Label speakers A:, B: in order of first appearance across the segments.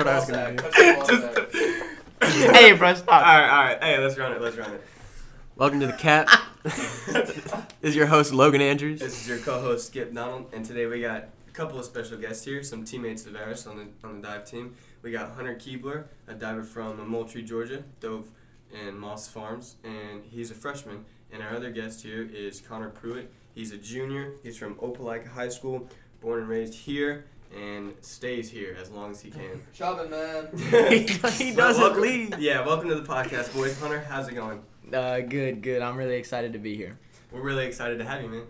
A: Stop asking me.
B: hey, bro,
C: All
B: stop.
C: right, all right. Hey, let's run it. Let's run it.
A: Welcome to the Cap. this is your host Logan Andrews.
C: This is your co-host Skip Donald, and today we got a couple of special guests here, some teammates of ours on the on the dive team. We got Hunter Keebler, a diver from Moultrie, Georgia, dove in Moss Farms, and he's a freshman. And our other guest here is Connor Pruitt. He's a junior. He's from Opelika High School, born and raised here, and stays here as long as he can.
D: Shopping, man.
A: He doesn't
C: welcome-
A: leave.
C: Yeah, welcome to the podcast, boys. Hunter, how's it going?
B: Uh, good, good. I'm really excited to be here.
C: We're really excited to have you, man.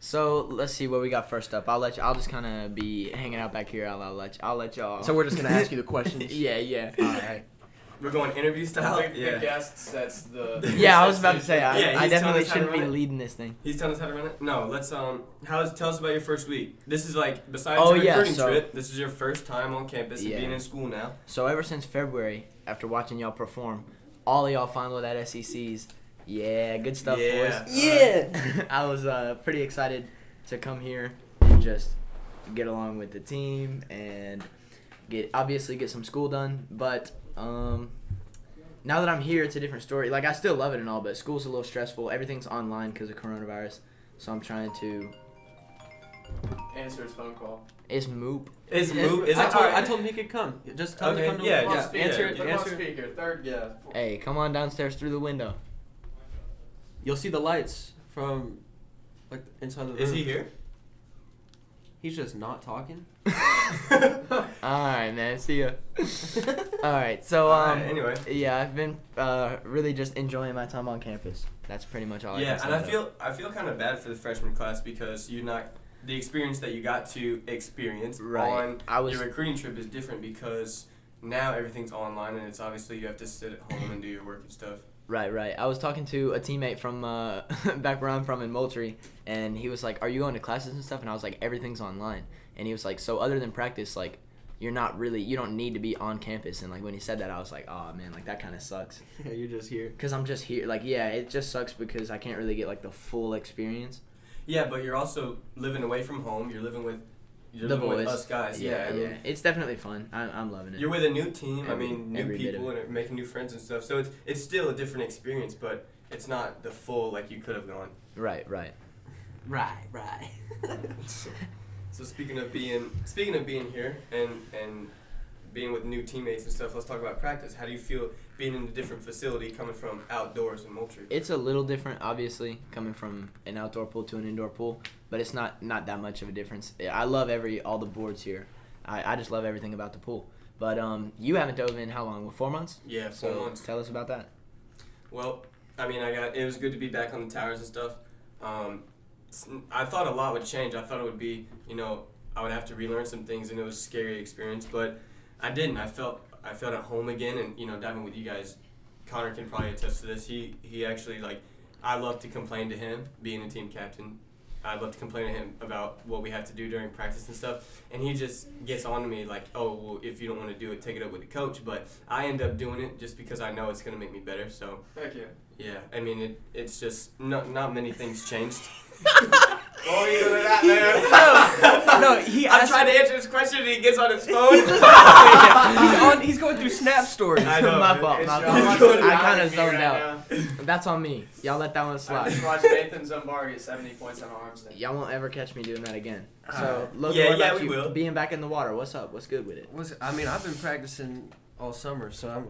B: So let's see what we got first up. I'll let you. I'll just kind of be hanging out back here. I'll, I'll let you. I'll let y'all.
A: So we're just gonna ask you the questions.
B: yeah, yeah.
A: All right.
C: We're going interview style.
D: The, the
C: yeah.
D: guest sets the.
B: Yeah, I was about to say. uh, I,
C: Yeah,
B: I
C: he's telling
B: definitely
C: us how to
B: shouldn't be
C: run it.
B: leading this thing.
C: He's telling us how to run it. No, let's um. How's tell us about your first week? This is like besides
B: Oh,
C: your
B: yeah,
C: recruiting
B: so-
C: trip. This is your first time on campus
B: Yeah.
C: and being in school now.
B: So ever since February, after watching y'all perform, all of y'all final at SECs. E Yeah, good stuff,
C: Yeah.
B: boys. Yeah. I was uh, pretty excited to come here and just get along with the team and get obviously get some school done. But um, now that I'm here, it's a different story. Like I still love it and all, but school's a little stressful. Everything's online because of coronavirus, so I'm trying to.
D: Answer his phone call.
B: It's moop.
C: It's
E: Yeah,
C: move. Is
E: I
C: it
E: told,
C: alright?
E: I told him he could come. Just tell
C: Okay,
E: him to come
C: yeah,
E: to
D: Put him on
C: yeah,
D: speaker.
E: answer,
D: Put him on
E: answer.
D: speaker. Third guest.
B: Hey, come on downstairs through the window.
E: You'll see the lights from like inside the room.
C: Is he here?
E: He's just not talking.
B: All right, man. See ya. All right. So um.
C: Alright, anyway.
B: Yeah, I've been uh, really just enjoying my time on campus. That's pretty much all. Oh, I
C: Yeah, and
B: can say
C: I
B: though.
C: feel I feel kind of bad for the freshman class because you're not the experience that you got to experience
B: Right.
C: on
B: I was-
C: your recruiting trip is different because now everything's online and it's obviously you have to sit at home and do your work and stuff.
B: right, right. I was talking to a teammate from uh, back where I'm from in Moultrie, and he was like, "Are you going to classes and stuff?" And I was like, "Everything's online." And he was like, "So other than practice, like." You're not really. You don't need to be on campus. And like when he said that, I was like, "Oh man, like that kind of sucks."
E: Yeah, you're just here.
B: Cause I'm just here. Like yeah, it just sucks because I can't really get like the full experience.
C: Yeah, but you're also living away from home. You're living with you're
B: The
C: living with
B: boys.
C: us guys. Yeah, I mean,
B: yeah. It's definitely fun. I, I'm loving it.
C: You're with a new team.
B: Every-
C: I mean, new
B: every bit of
C: people and making new friends and stuff. So it's it's still a different experience, but it's not the full like you could have gone.
B: right, right.
E: Right, right.
C: So speaking of being speaking of being here and and being with new teammates and stuff, let's talk about practice. How do you feel being in a different facility, coming from outdoors in Moultrie?
B: it's a little different obviously coming from an outdoor pool to an indoor pool but it's not not that much of a difference i love every all the boards here i, I just love everything about the pool but um you haven't dove in how long well, four months
C: Yeah, four
B: so
C: months.
B: tell us about that
C: Well, I mean, I got it was good to be back on the towers and stuff. Um, s- I thought a lot would change. I thought it would be, you know, I would have to relearn some things, and it was a scary experience. But I didn't. I felt I felt at home again, and you know, diving with you guys, Connor can probably attest to this. He he actually like, I love to complain to him being a team captain. I love to complain to him about what we have to do during practice and stuff, and he just gets on to me like, "Oh, well, if you don't want to do it, take it up with the coach." But I end up doing it just because I know it's gonna make me better. So
D: Heck yeah.
C: yeah, I mean, it, it's just not not many things changed.
D: Oh, you know that,
C: no,
B: no, he
C: I'm
B: asked-
C: trying to answer his question and he gets on his phone.
E: he's, on, he's going through Snap stories.
C: I know,
B: my
C: man.
B: fault,
D: It's
B: my
D: y'all
C: It's
B: fault.
C: good.
B: i kind of
D: watching me
B: zoned
D: right
B: out
D: now.
B: that's on me y'all let that one
D: I
B: slide
D: just watched Nathan Zambari get 70 points on arms. day.
B: y'all won't ever catch me doing that again
D: Uh,
B: so look
C: yeah,
B: what
C: yeah,
B: about
C: we
B: you
C: will.
B: being back in the water what's up what's good with it
E: Was I mean I've been practicing all summer, so I'm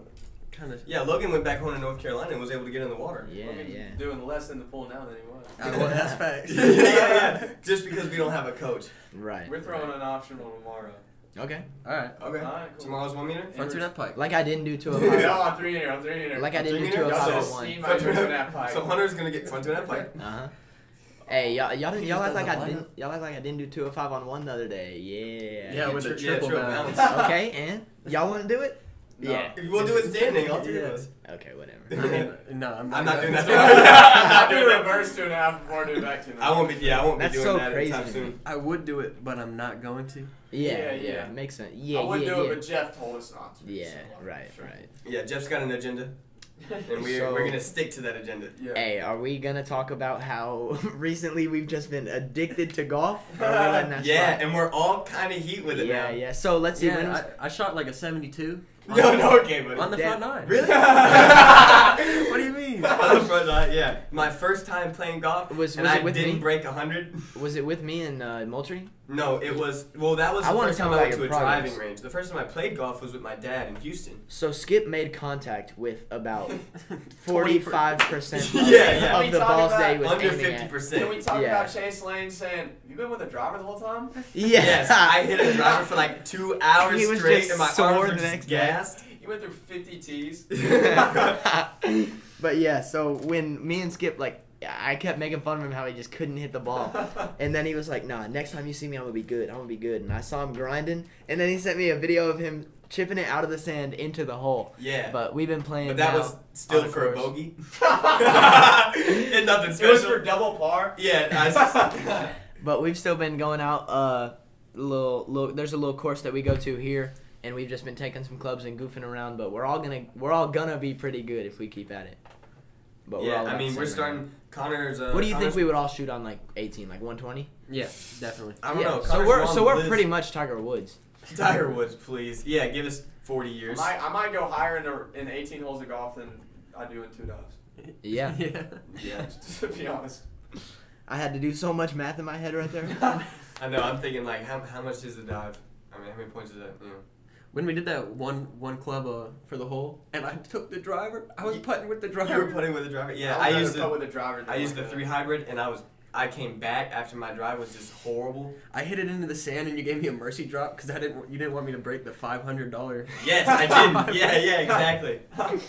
E: kind of.
C: yeah, Logan went back home to North Carolina and was able to get in the water.
B: yeah
D: Logan's
B: yeah
D: Doing less in the pool now than he was.
E: that's facts.
C: yeah, yeah, yeah. Just because we don't have a coach.
B: right
D: We're throwing an optional tomorrow.
B: okay
E: All right.
C: Okay.
D: Alright, cool.
C: Tomorrow's one meter.
E: Front two net pipe.
B: like i didn't do to a
D: Dude,
B: five
D: I'm on three hitter. I'm three hitter.
B: Like I didn't
C: Three
B: do to a
C: meters?
D: Y'all
C: I
B: five
D: just
C: saw
B: one.
D: see my
C: Front
D: two
C: two
D: and a
C: net-
D: half pipe.
C: So Hunter's gonna get front to net pipe.
B: Uh huh. Hey, y'all, y'all, didn't,
E: He
B: y'all
E: just
B: act like
E: doesn't
B: I
E: like
B: didn't. Y'all act like I didn't do two of five on one the other day. Yeah.
E: Yeah, with a
C: tri- yeah,
E: triple
C: bounce.
E: bounce.
B: okay, and y'all want to do it?
C: No.
B: Yeah.
C: We'll do it standing. All three
E: Yeah.
C: of us.
B: Okay, whatever.
E: I mean, no, I'm not,
C: I'm not doing
D: I'm
C: that.
D: not doing reverse two and a half before I do back two. and a
C: I
D: half.
C: won't be. Yeah, I won't
B: That's
C: be doing
B: so
C: that
B: crazy
C: anytime
B: to
C: soon.
B: me.
E: I would do it, but I'm not going to.
B: Yeah,
D: Yeah,
B: yeah,
D: yeah.
B: Makes sense. Yeah,
D: I would
B: yeah,
D: do
B: yeah.
D: it, but Jeff told us not to.
B: yeah,
D: so-
B: right, right.
C: Yeah, Jeff's got an agenda. and we're,
B: So-
C: we're gonna stick to that agenda.
D: Yeah.
B: Hey, are we gonna talk about how recently we've just been addicted to golf? Or are we letting that
C: yeah,
B: slide?
C: and we're all kind of heat with it
B: yeah,
C: now.
B: yeah. So let's see. when was-
E: Yeah, I, I shot like a 72
C: No, no, okay, buddy.
E: on the
B: Damn.
E: front nine.
C: Really?
E: what do you mean?
C: on the front line, yeah. My first time playing golf,
B: Was-
C: and
B: was it
C: I
B: with
C: didn't
B: me?
C: break hundred.
B: was it with me and uh, Moultrie?
C: No, it was well. That was
B: I
C: the
B: wanna
C: first
B: talk
C: time I
B: about
C: went to
B: your
C: a
B: progress.
C: driving range. The first time I played golf was with my dad in Houston.
B: So Skip made contact with about forty-five percent of,
C: Yeah, yeah.
B: of
D: We
B: the
D: talked
B: balls that
D: about
B: he was
C: Under
B: aiming
C: fifty
B: at.
D: Can we
C: percent.
D: talk
B: Yeah.
D: about Chase Lane saying, "You been with a driver the whole time?"
B: Yeah.
C: Yes, I hit a driver for like two hours
B: He was
C: straight,
B: just
C: and my
B: sore
C: arms were
B: the
C: just
B: next day.
C: gassed.
D: You went through 50 tees.
B: but yeah, so when me and Skip like I kept making fun of him how he just couldn't hit the ball. And then he was like, "Nah, next time you see me, I'm gonna be good. I'm gonna be good." And I saw him grinding, and then he sent me a video of him chipping it out of the sand into the hole.
C: yeah, but,
B: But we've been playing.
C: that
B: now
C: was still
B: on a
C: for a
B: course.
C: bogey. and nothing
D: it was for
C: special.
D: double par.
C: Yeah, I s-
B: But we've still been going out. Uh, little, little. There's a little course that we go to here, and we've just been taking some clubs and goofing around. But we're all gonna, we're all gonna be pretty good if we keep at it. But we're
C: yeah.
B: all
C: I
B: about
C: mean,
B: the
C: we're
B: same round.
C: starting. Connor's. Uh,
B: What do you think
C: Connor's-
B: we would all shoot on like 18, like 120?
E: Yeah, definitely.
C: I don't
B: yeah.
C: know.
B: So
C: Connor's
B: we're
C: on
B: so
C: the
B: we're
C: list.
B: pretty much Tiger Woods.
C: Tiger Woods, please. Yeah, give us 40
D: I
C: years.
D: might, I might go higher in, the, in 18 holes of golf than I do in two dives.
B: Yeah.
E: yeah.
C: Yeah.
D: Just to be honest.
B: I had to do so much math in my head right there.
C: I know. I'm thinking like, how, how much is the dive? I mean, how many points is that? You know.
E: When we did that one one club uh, for the hole, and I took the driver, I was
C: You-
E: putting with the
C: You were
E: driver.
C: putting with the driver. Yeah, I,
D: I, would rather
C: used
D: putt
C: the
D: with a driver. than
C: I used the
D: like a-
C: three hybrid, and I was I came back after my drive was just horrible.
E: I hit it into the sand, and you gave me a mercy drop because I didn't want- you didn't want me to break the five hundred dollar.
C: Yes, I did. yeah, yeah, exactly.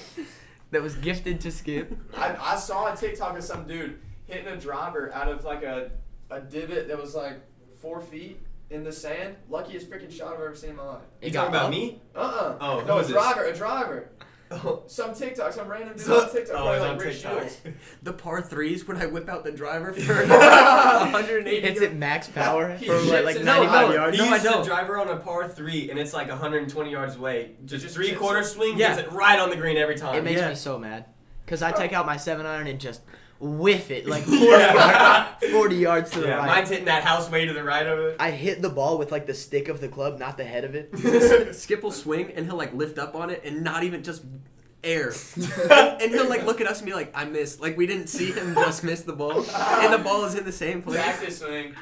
B: that was gifted to Skip.
D: I, I saw a TikTok of some dude hitting a driver out of like a, a divot that was like four feet in the sand. Luckiest freaking shot I've ever seen in my life.
B: It
C: You
B: got
C: talking about
B: up.
C: me?
D: Uh uh
C: Oh, who
D: no, a
C: is this?
D: driver, a driver.
C: Oh,
D: Some TikTok, some random dude
C: so-
D: on TikTok.
C: oh,
D: probably
C: it's
D: like
C: on
D: Rick
C: TikTok.
D: Shields.
E: The par threes when I whip out the driver for one hundred eighty.
B: Hits it max power
D: He
B: for like,
D: shoots
B: like
D: it.
B: 95
D: No, I-
B: yards.
C: He
E: No, I
C: used the
E: don't.
C: driver on a par three, and it's like 120 yards away. Just,
D: just
C: three
D: chips
C: quarter
D: it.
C: swing,
E: Yeah.
C: gets it right on the green every time.
B: It makes
E: Yeah.
B: me so mad. Because I take out my 7 iron and just whiff it like 40,
C: Yeah.
B: yards, 40 yards to the
C: yeah,
B: right.
C: mine's hitting that house way to the right of it.
B: I hit the ball with like the stick of the club, not the head of it.
E: Skip will swing and he'll like lift up on it and not even just air. and he'll like look at us and be like, I missed. Like we didn't see him just miss the ball. And the ball is in the same place.
D: Practice swing.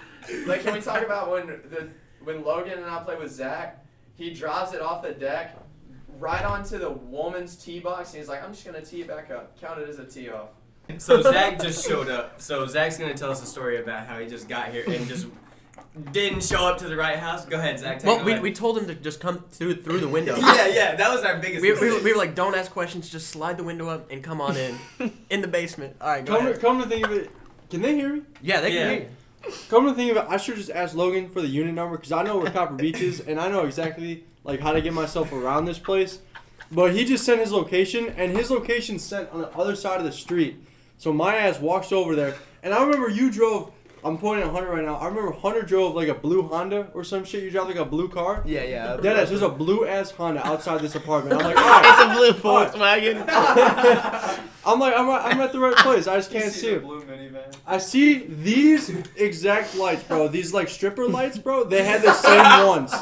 D: Like, can we talk about when the when Logan and I play with Zach? He drives it off the deck, right onto the woman's tee box, and he's like, "I'm just gonna tee it back up. Count it as a tee off."
C: So Zach just showed up. So Zach's gonna tell us a story about how he just got here and just didn't show up to the right house. Go ahead, Zach. Take
E: Well,
C: it
E: we,
C: away.
E: we told him to just come through through the window.
C: yeah, yeah, that was our biggest.
E: We, we,
C: mistake.
E: we were like, don't ask questions, just slide the window up and come on in. In the basement. All right, go
F: Come to,
E: ahead.
F: come to think of it, can they hear me?
E: Yeah, they can
C: Yeah.
E: hear you.
F: Come to think of it, I should just ask Logan for the unit number because I know where Copper Beach is and I know exactly like how to get myself around this place. But he just sent his location, and his location sent on the other side of the street. So my ass walks over there, and I remember you drove. I'm pointing at Hunter right now. I remember Hunter drove like a blue Honda or some shit. You drove like a blue car.
B: yeah, yeah.
F: Dead ass, there's a blue ass Honda outside this apartment. I'm like, all right.
B: it's a blue Volkswagen.
F: I'm like, I'm, I'm at the right place. I just
D: You
F: can't
D: see
F: see
D: the
F: it.
D: blue minivan.
F: I see these exact lights, bro. These like stripper lights, bro. They had the same ones.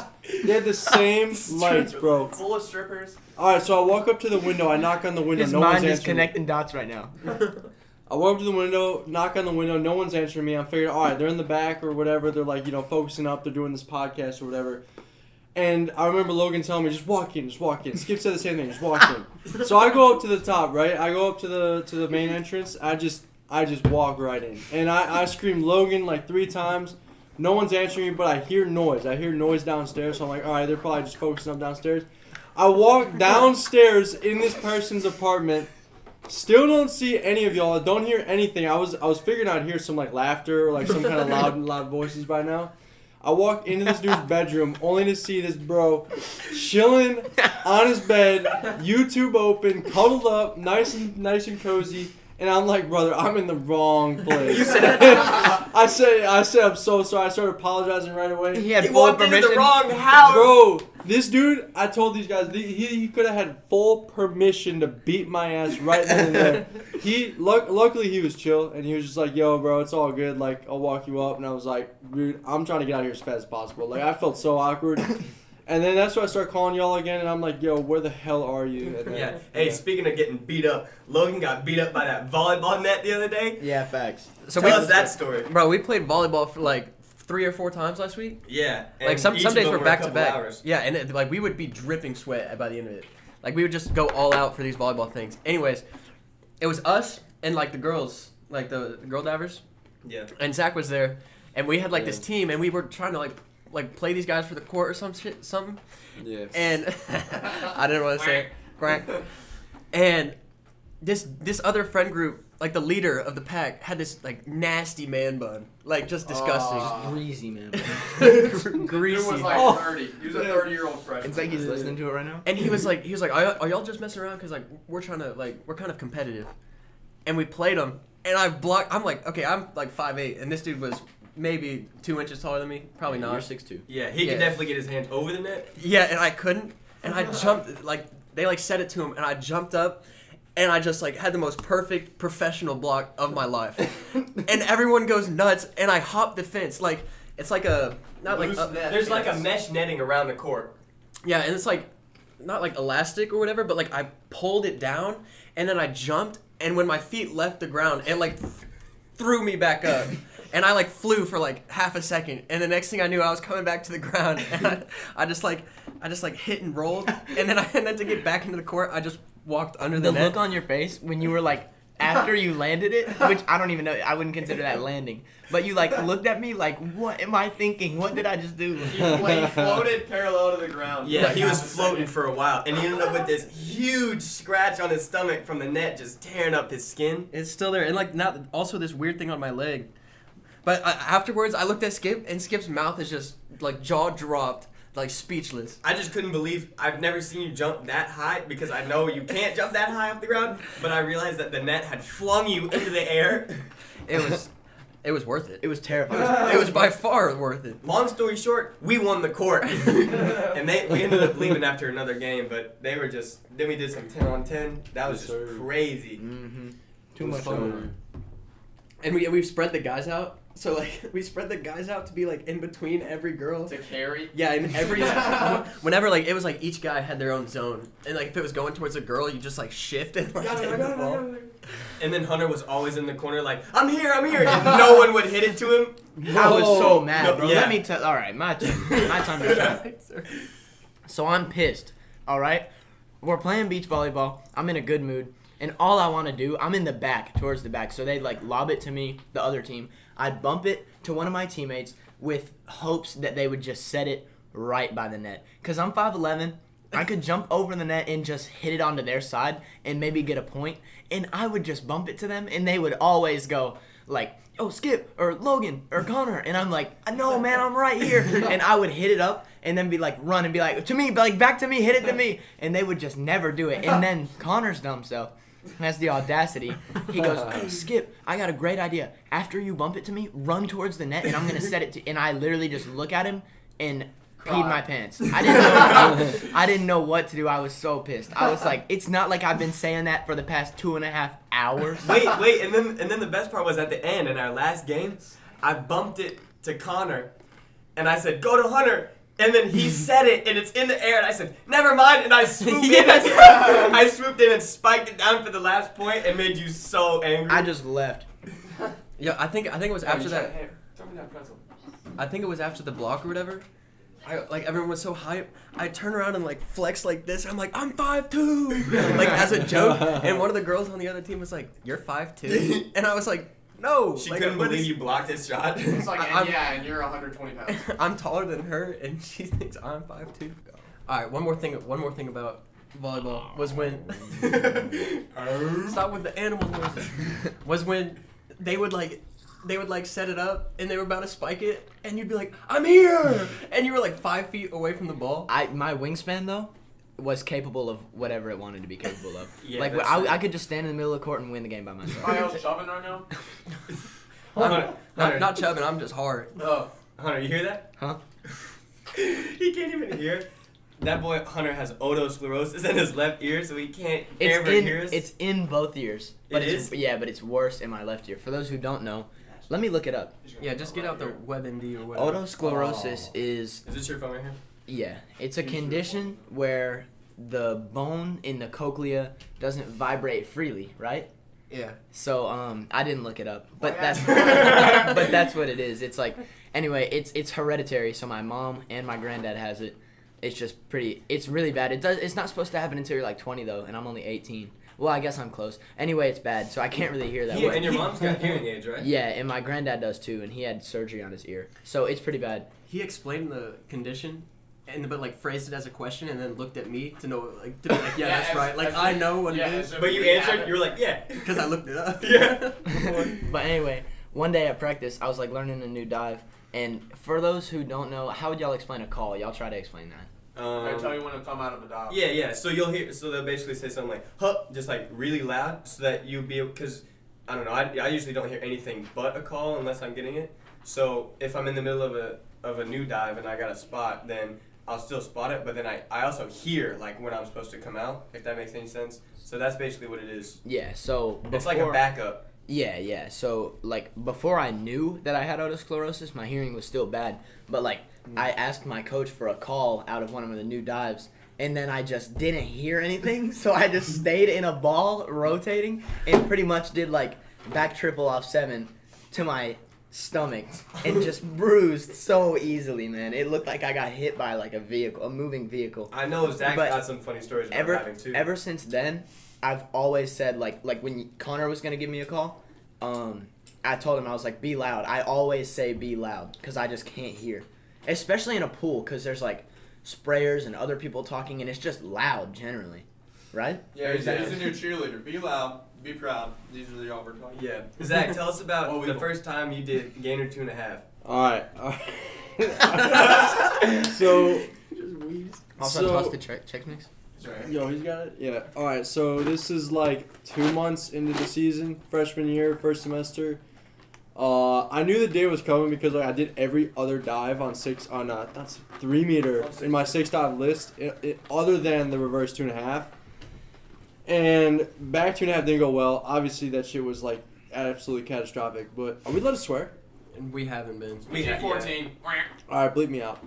F: They had the same lights, bro.
D: Full of strippers.
F: All right, so I walk up to the window. I knock on the window.
B: His
F: no one's
B: mind is
F: answering.
B: connecting dots right now.
F: I walk up to the window, knock on the window. No one's answering me. I'm figuring, all right, they're in the back or whatever. They're like, you know, focusing up. They're doing this podcast or whatever. And I remember Logan telling me, just walk in, just walk in. Skip said the same thing, just walk in. so I go up to the top, right? I go up to the to the main entrance. I just I just walk right in, and I I scream Logan like three times. No one's answering me, but I hear noise. I hear noise downstairs. So I'm like, all right, they're probably just focusing up downstairs. I walk downstairs in this person's apartment. Still don't see any of y'all. Don't hear anything. I was I was figuring I'd hear some like laughter or like some kind of loud loud voices by now. I walk into this dude's bedroom only to see this bro chilling on his bed, YouTube open, cuddled up, nice and nice and cozy. And I'm like, brother, I'm in the wrong place.
C: You said-
F: I said, I said, I'm so sorry. I started apologizing right away.
B: He had
C: He
B: full
C: walked into
B: permission.
C: the wrong house.
F: Bro, This dude, I told these guys, the- he, he could have had full permission to beat my ass right then and there. He luck, luckily he was chill and he was just like, "Yo, bro, it's all good. Like, I'll walk you up." And I was like, "Dude, I'm trying to get out of here as fast as possible." Like, I felt so awkward. And then that's when I start calling y'all again, and I'm like, "Yo, where the hell are you?" And then,
C: Yeah. Hey, speaking of getting beat up, Logan got beat up by that volleyball net the other day.
B: Yeah, facts.
E: So
C: Tell
E: we,
C: us that story.
E: bro, we played volleyball for like three or four times last week.
C: Yeah.
E: like
C: and
E: some
C: each
E: some
C: of
E: days
C: them
E: we're
C: were a
E: back to
C: couple
E: back.
C: hours.
E: Yeah, and it, like we would be dripping sweat by the end of it. Like we would just go all out for these volleyball things. Anyways, it was us and like the girls, like the, the girl divers,
C: Yeah.
E: and Zach was there, and we had like this team, and we were trying to like like play these guys for the court or some shit, something.
F: yeah.
E: And I didn't want to say, it. Quack. and this this other friend group, like the leader of the pack, had this like nasty man bun, like just disgusting.
D: Aw.
B: Greasy man.
D: Dude
E: greasy.
D: was like
F: Oh.
D: 30. He was a
F: Yeah.
D: 30 year old freshman.
B: It's like he's listening to it right now.
E: And he was like, he was like, are, are y'all just messing around? Because like we're trying to like we're kind of competitive, and we played him, and I blocked. I'm like, okay, I'm like five eight, and this dude was maybe two inches taller than me, probably
B: You're
E: not.
B: six two.
C: Yeah, he
E: Yeah.
C: could definitely get his hands over the net.
E: Yeah, and I couldn't, and I jumped like they like said it to him, and I jumped up, and I just like had the most perfect professional block of my life, and everyone goes nuts, and I hop the fence like it's like a not like uh,
D: Loose
E: a-
D: net.
C: There's like a mesh netting around the court.
E: Yeah, and it's like not like elastic or whatever, but like I pulled it down and then I jumped and when my feet left the ground, it like th- threw me back up. And I like flew for like half a second, and the next thing I knew, I was coming back to the ground, and I, I just like, I just like hit and rolled, and then I and then to get back into the court, I just walked under the,
B: The
E: net.
B: look on your face when you were like after you landed it, which I don't even know, I wouldn't consider that landing. But you like looked at me like, what am I thinking? What did I just do?
D: He fla- he floated parallel to the ground.
C: Yeah,
D: Like
C: he
D: half
C: was
D: a
C: floating
D: second.
C: for a while, and he ended up with this huge scratch on his stomach from the net just tearing up his skin.
E: It's still there, and like now, also this weird thing on my leg. But uh, afterwards, I looked at Skip, and Skip's mouth is just like jaw dropped, like speechless.
C: I just couldn't believe I've never seen you jump that high because I know you can't jump that high off the ground, but I realized that the net had flung you into the air.
E: It was, it was worth it.
B: It was terrifying.
E: It was by far worth it.
C: Long story short, we won the court, and they we ended up leaving after another game. But they were just then we did some ten on ten. That was
F: Yes,
C: just
F: sir.
C: crazy.
B: Mm-hmm.
F: It
B: Too
F: was
B: much
F: fun.
B: going on.
E: And we and we spread the guys out. So like we spread the guys out to be like in between every girl.
D: To carry.
E: Yeah, and every whenever like it was like each guy had their own zone, and like if it was going towards a girl, you just like shift and like
D: Got it,
E: take the
D: I got it, I
E: ball.
D: got it.
C: And then Hunter was always in the corner like, "I'm here, I'm here," and no one would hit it to him.
B: I was so
F: Whoa.
B: mad,
C: No,
B: bro.
C: yeah.
B: Let me tell. All right, my turn. My time to shine. So I'm pissed. All right. We're playing beach volleyball. I'm in a good mood. And all I want to do, I'm in the back, towards the back. So they like lob it to me, the other team. I'd bump it to one of my teammates with hopes that they would just set it right by the net. Because I'm 5'11. I could jump over the net and just hit it onto their side and maybe get a point. And I would just bump it to them, and they would always go, like, oh, Skip, or Logan, or Connor. And I'm like, no, man, I'm right here. And I would hit it up and then be like, run and be like, to me, like, back to me, hit it to me. And they would just never do it. And then Connor's dumb self has the audacity. He goes, hey, Skip, I got a great idea. After you bump it to me, run towards the net and I'm going to set it to. And I literally just look at him and. Peed my pants. I didn't know. I didn't know what to do. I was so pissed. I was like, "It's not like I've been saying that for the past two and a half hours."
C: wait, wait, and then and then the best part was at the end in our last game, I bumped it to Connor, and I said, "Go to Hunter." And then he said it, and it's in the air, and I said, "Never mind." And I swooped in,
E: Yes.
C: I swooped in and spiked it down for the last point, and made you so angry.
B: I just left.
E: Yeah, I think I think it was after that.
D: Hey, throw me that pretzel.
E: I think it was after the block or whatever. I, like everyone was so hype. I turn around and like flex like this. I'm like I'm five two, like as a joke. And one of the girls on the other team was like, "You're five two," and I was like, "No."
C: she
E: like,
C: couldn't
E: what
C: believe
E: is-
C: you blocked his shot.
D: It's like,
E: I-
D: and
E: I'm-
D: yeah, and you're 120 pounds.
E: I'm taller than her, and she thinks I'm five two. All right, one more thing. One more thing about volleyball was when stop with the animal noises. Was when they would like they would like set it up, and they were about to spike it, and you'd be like, "I'm here," and you were like five feet away from the ball.
B: I my wingspan though was capable of whatever it wanted to be capable of.
C: Yeah,
B: like
C: that's
B: I,
C: true.
B: I could just stand in the middle of the court and win the game by myself.
D: Are you shoving right now?
E: I'm,
C: Hunter,
E: not,
C: Hunter,
E: not chubbing. I'm just hard.
D: Oh.
C: Hunter, you hear that?
B: Huh?
C: he can't even hear. that boy Hunter has otosclerosis in his left ear, so he can't
B: It's
C: ever
B: in,
C: hear us.
B: it's in both ears. But
C: It
B: it's,
C: is?
B: Yeah, but it's worse in my left ear. For those who don't know, let me look it up.
E: Yeah, just get out the WebMD or whatever.
C: Oh.
B: Otosclerosis is
C: Is this your phone right here?
B: Yeah, it's a condition where the bone in the cochlea doesn't vibrate freely, right?
E: Yeah.
B: So um, I didn't look it up,
C: Oh,
B: but
D: yeah.
B: that's but that's what it is. It's like anyway, it's it's hereditary. So my mom and my granddad has it. It's just pretty. It's really bad. It does. It's not supposed to happen until you're like 20 though, and I'm only 18. Well, I guess I'm close. Anyway, it's bad, so I can't really hear that.
C: He-
B: well.
C: and your mom's got hearing aids, right?
B: Yeah, and my granddad does too, and he had surgery on his ear, so it's pretty bad.
A: He explained the condition, and but like phrased it as a question, and then looked at me to know like to be like, yeah,
D: Yeah,
A: that's
D: as-
A: right. Like
D: as
A: I
D: if-
A: know what
D: yeah,
A: it is
D: as if
C: But you
D: we have
C: answered.
D: it.
C: You were like, yeah.
A: because I looked it up.
C: Yeah.
B: but anyway, one day at practice, I was like learning a new dive. And for those who don't know, how would y'all explain a call? Y'all try to explain that.
D: I tell
C: Um,
D: you when I'm coming out of the dock.
C: yeah, yeah. So you'll hear. So they'll basically say something like "huh," just like really loud, so that you'll be because I don't know. I, I usually don't hear anything but a call unless I'm getting it. So if I'm in the middle of a of a new dive and I got a spot, then I'll still spot it. But then I I also hear like when I'm supposed to come out, if that makes any sense. So that's basically what it is.
B: Yeah, so before,
C: It's like a backup.
B: Yeah, yeah. So like before I knew that I had otosclerosis, my hearing was still bad. But like I asked my coach for a call out of one of the new dives, and then I just didn't hear anything. So I just stayed in a ball rotating and pretty much did like back triple off seven to my stomach and just bruised so easily, man. It looked like I got hit by like a vehicle, a moving vehicle
C: I know Zach
B: But
C: got some funny stories about
B: ever
C: having too.
B: ever since then, I've always said like like when Connor was gonna give me a call, um, I told him I was like be loud. I always say be loud because I just can't hear, especially in a pool because there's like sprayers and other people talking and it's just loud generally, right?
D: Yeah, he's,
C: Yeah.
D: he's a new cheerleader. Be loud. Be proud. These are the y'all we're talking.
C: Yeah. Zach, tell us about
D: What we
C: the
D: doing?
C: first time you did gainer two and a half.
F: All right. so
B: Also,
F: So-
B: toss the check check mix.
D: Sorry.
F: Yo, he's got it. Yeah. All right. So this is like two months into the season, freshman year, first semester. Uh, I knew the day was coming because like, I did every other dive on six on uh, that's three meter
D: On six.
F: in my six dive list, i i other than the reverse two and a half. And back two and a half didn't go well. Obviously, that shit was like absolutely catastrophic. But are we allowed to swear?
E: And we haven't been.
C: We got- yeah.
D: PG-14.
F: All right, bleep me out.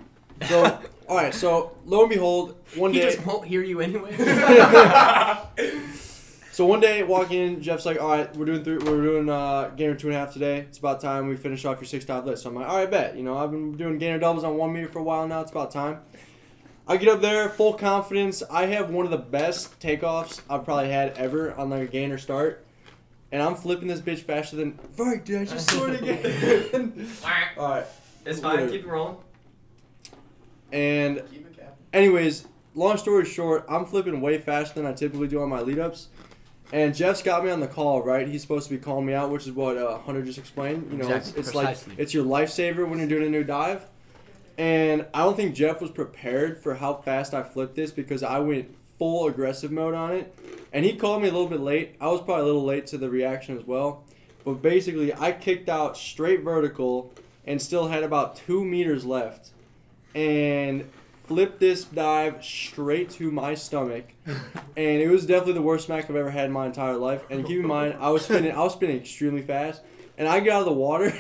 F: So, all right. So lo and behold, one
E: He
F: day
E: just won't hear you anyway.
F: So one day, walking in, Jeff's like, "All right, we're doing three, we're doing uh, gainer two and a half today. It's about time we finish off your six dive list." So I'm like, "All right, bet." You know, I've been doing gainer doubles on one meter for a while now. It's about time. I get up there, full confidence. I have one of the best takeoffs I've probably had ever on like a gainer start, and I'm flipping this bitch faster than. Fuck, dude! I just saw it again. All right,
C: It's fine. Keep it rolling.
F: and
D: Keep it cap.
F: Anyways, long story short, I'm flipping way faster than I typically do on my lead ups. And Jeff's got me on the call, right? He's supposed to be calling me out, which is what uh, Hunter just explained. You know,
A: Exactly,
F: it's, it's like
A: precisely.
F: it's your lifesaver when you're doing a new dive. And I don't think Jeff was prepared for how fast I flipped this because I went full aggressive mode on it. And he called me a little bit late. I was probably a little late to the reaction as well. But basically, I kicked out straight vertical and still had about two meters left. And flipped this dive straight to my stomach. And it was definitely the worst smack I've ever had in my entire life. And keep in mind, I was spinning, I was spinning extremely fast. And I get out of the water,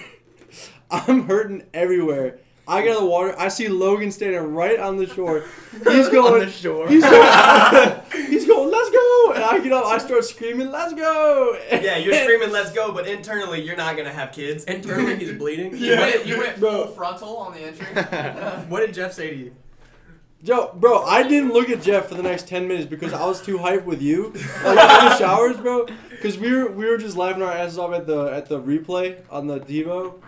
F: I'm hurting everywhere. I get out of the water, I see Logan standing right on the shore. He's going,
B: shore.
F: he's going, he's going, let's go! And I get up, I start screaming, let's go!
C: Yeah, you're screaming, "Let's go!" But internally, you're not gonna have kids.
E: Internally, he's bleeding.
D: You went, you
F: you-
D: went
F: bro.
D: full frontal on the entry.
E: What did Jeff say to you?
F: Joe, bro, I didn't look at Jeff for the next ten minutes because I was too hyped with you, like in the showers, bro. Because we were we were just laughing our asses off at the at the replay on the Devo,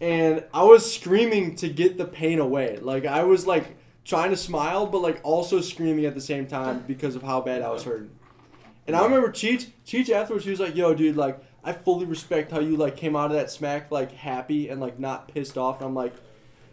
F: and I was screaming to get the pain away. Like I was like trying to smile, but like also screaming at the same time because of how bad I was hurting. And I remember Cheech Cheech afterwards. He was like, "Yo, dude, like I fully respect how you like came out of that smack like happy and like not pissed off." And I'm like.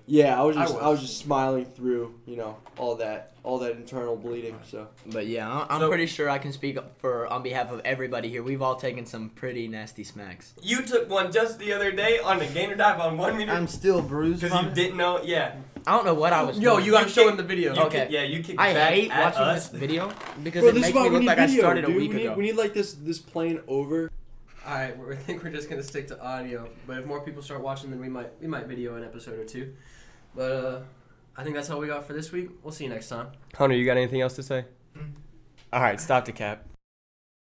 F: Yeah, I was
E: I
F: just I was.
E: was.
F: just smiling through, you know, all that all that internal bleeding. So
B: But yeah, I- I'm
C: So-
B: pretty sure I can speak for on behalf of everybody here. We've all taken some pretty nasty smacks.
C: You took one just the other day on the gainer dive on one meter
B: still bruised.
C: because you didn't know. Yeah,
B: I don't know what I was.
E: Yo,
B: doing.
E: you gotta
C: You
E: show
C: kick-
E: him the video.
B: you Okay.
C: Kick, yeah, you kick
B: I
C: back
B: hate
C: at
B: watching
C: us.
B: this video because
D: Bro,
B: it
D: this
B: makes
D: is
B: me
D: why we
B: look
D: need
B: like
D: video,
B: I started
D: dude.
B: a week
D: we need,
B: ago.
D: We need like this this plane over.
E: All right, we're- I think we're just gonna stick to audio. But if more people start watching, then we might we might video an episode or two. But uh, I think that's all we got for this week. We'll see you next time.
C: Hunter, you got anything else to say? All right, stop the cap.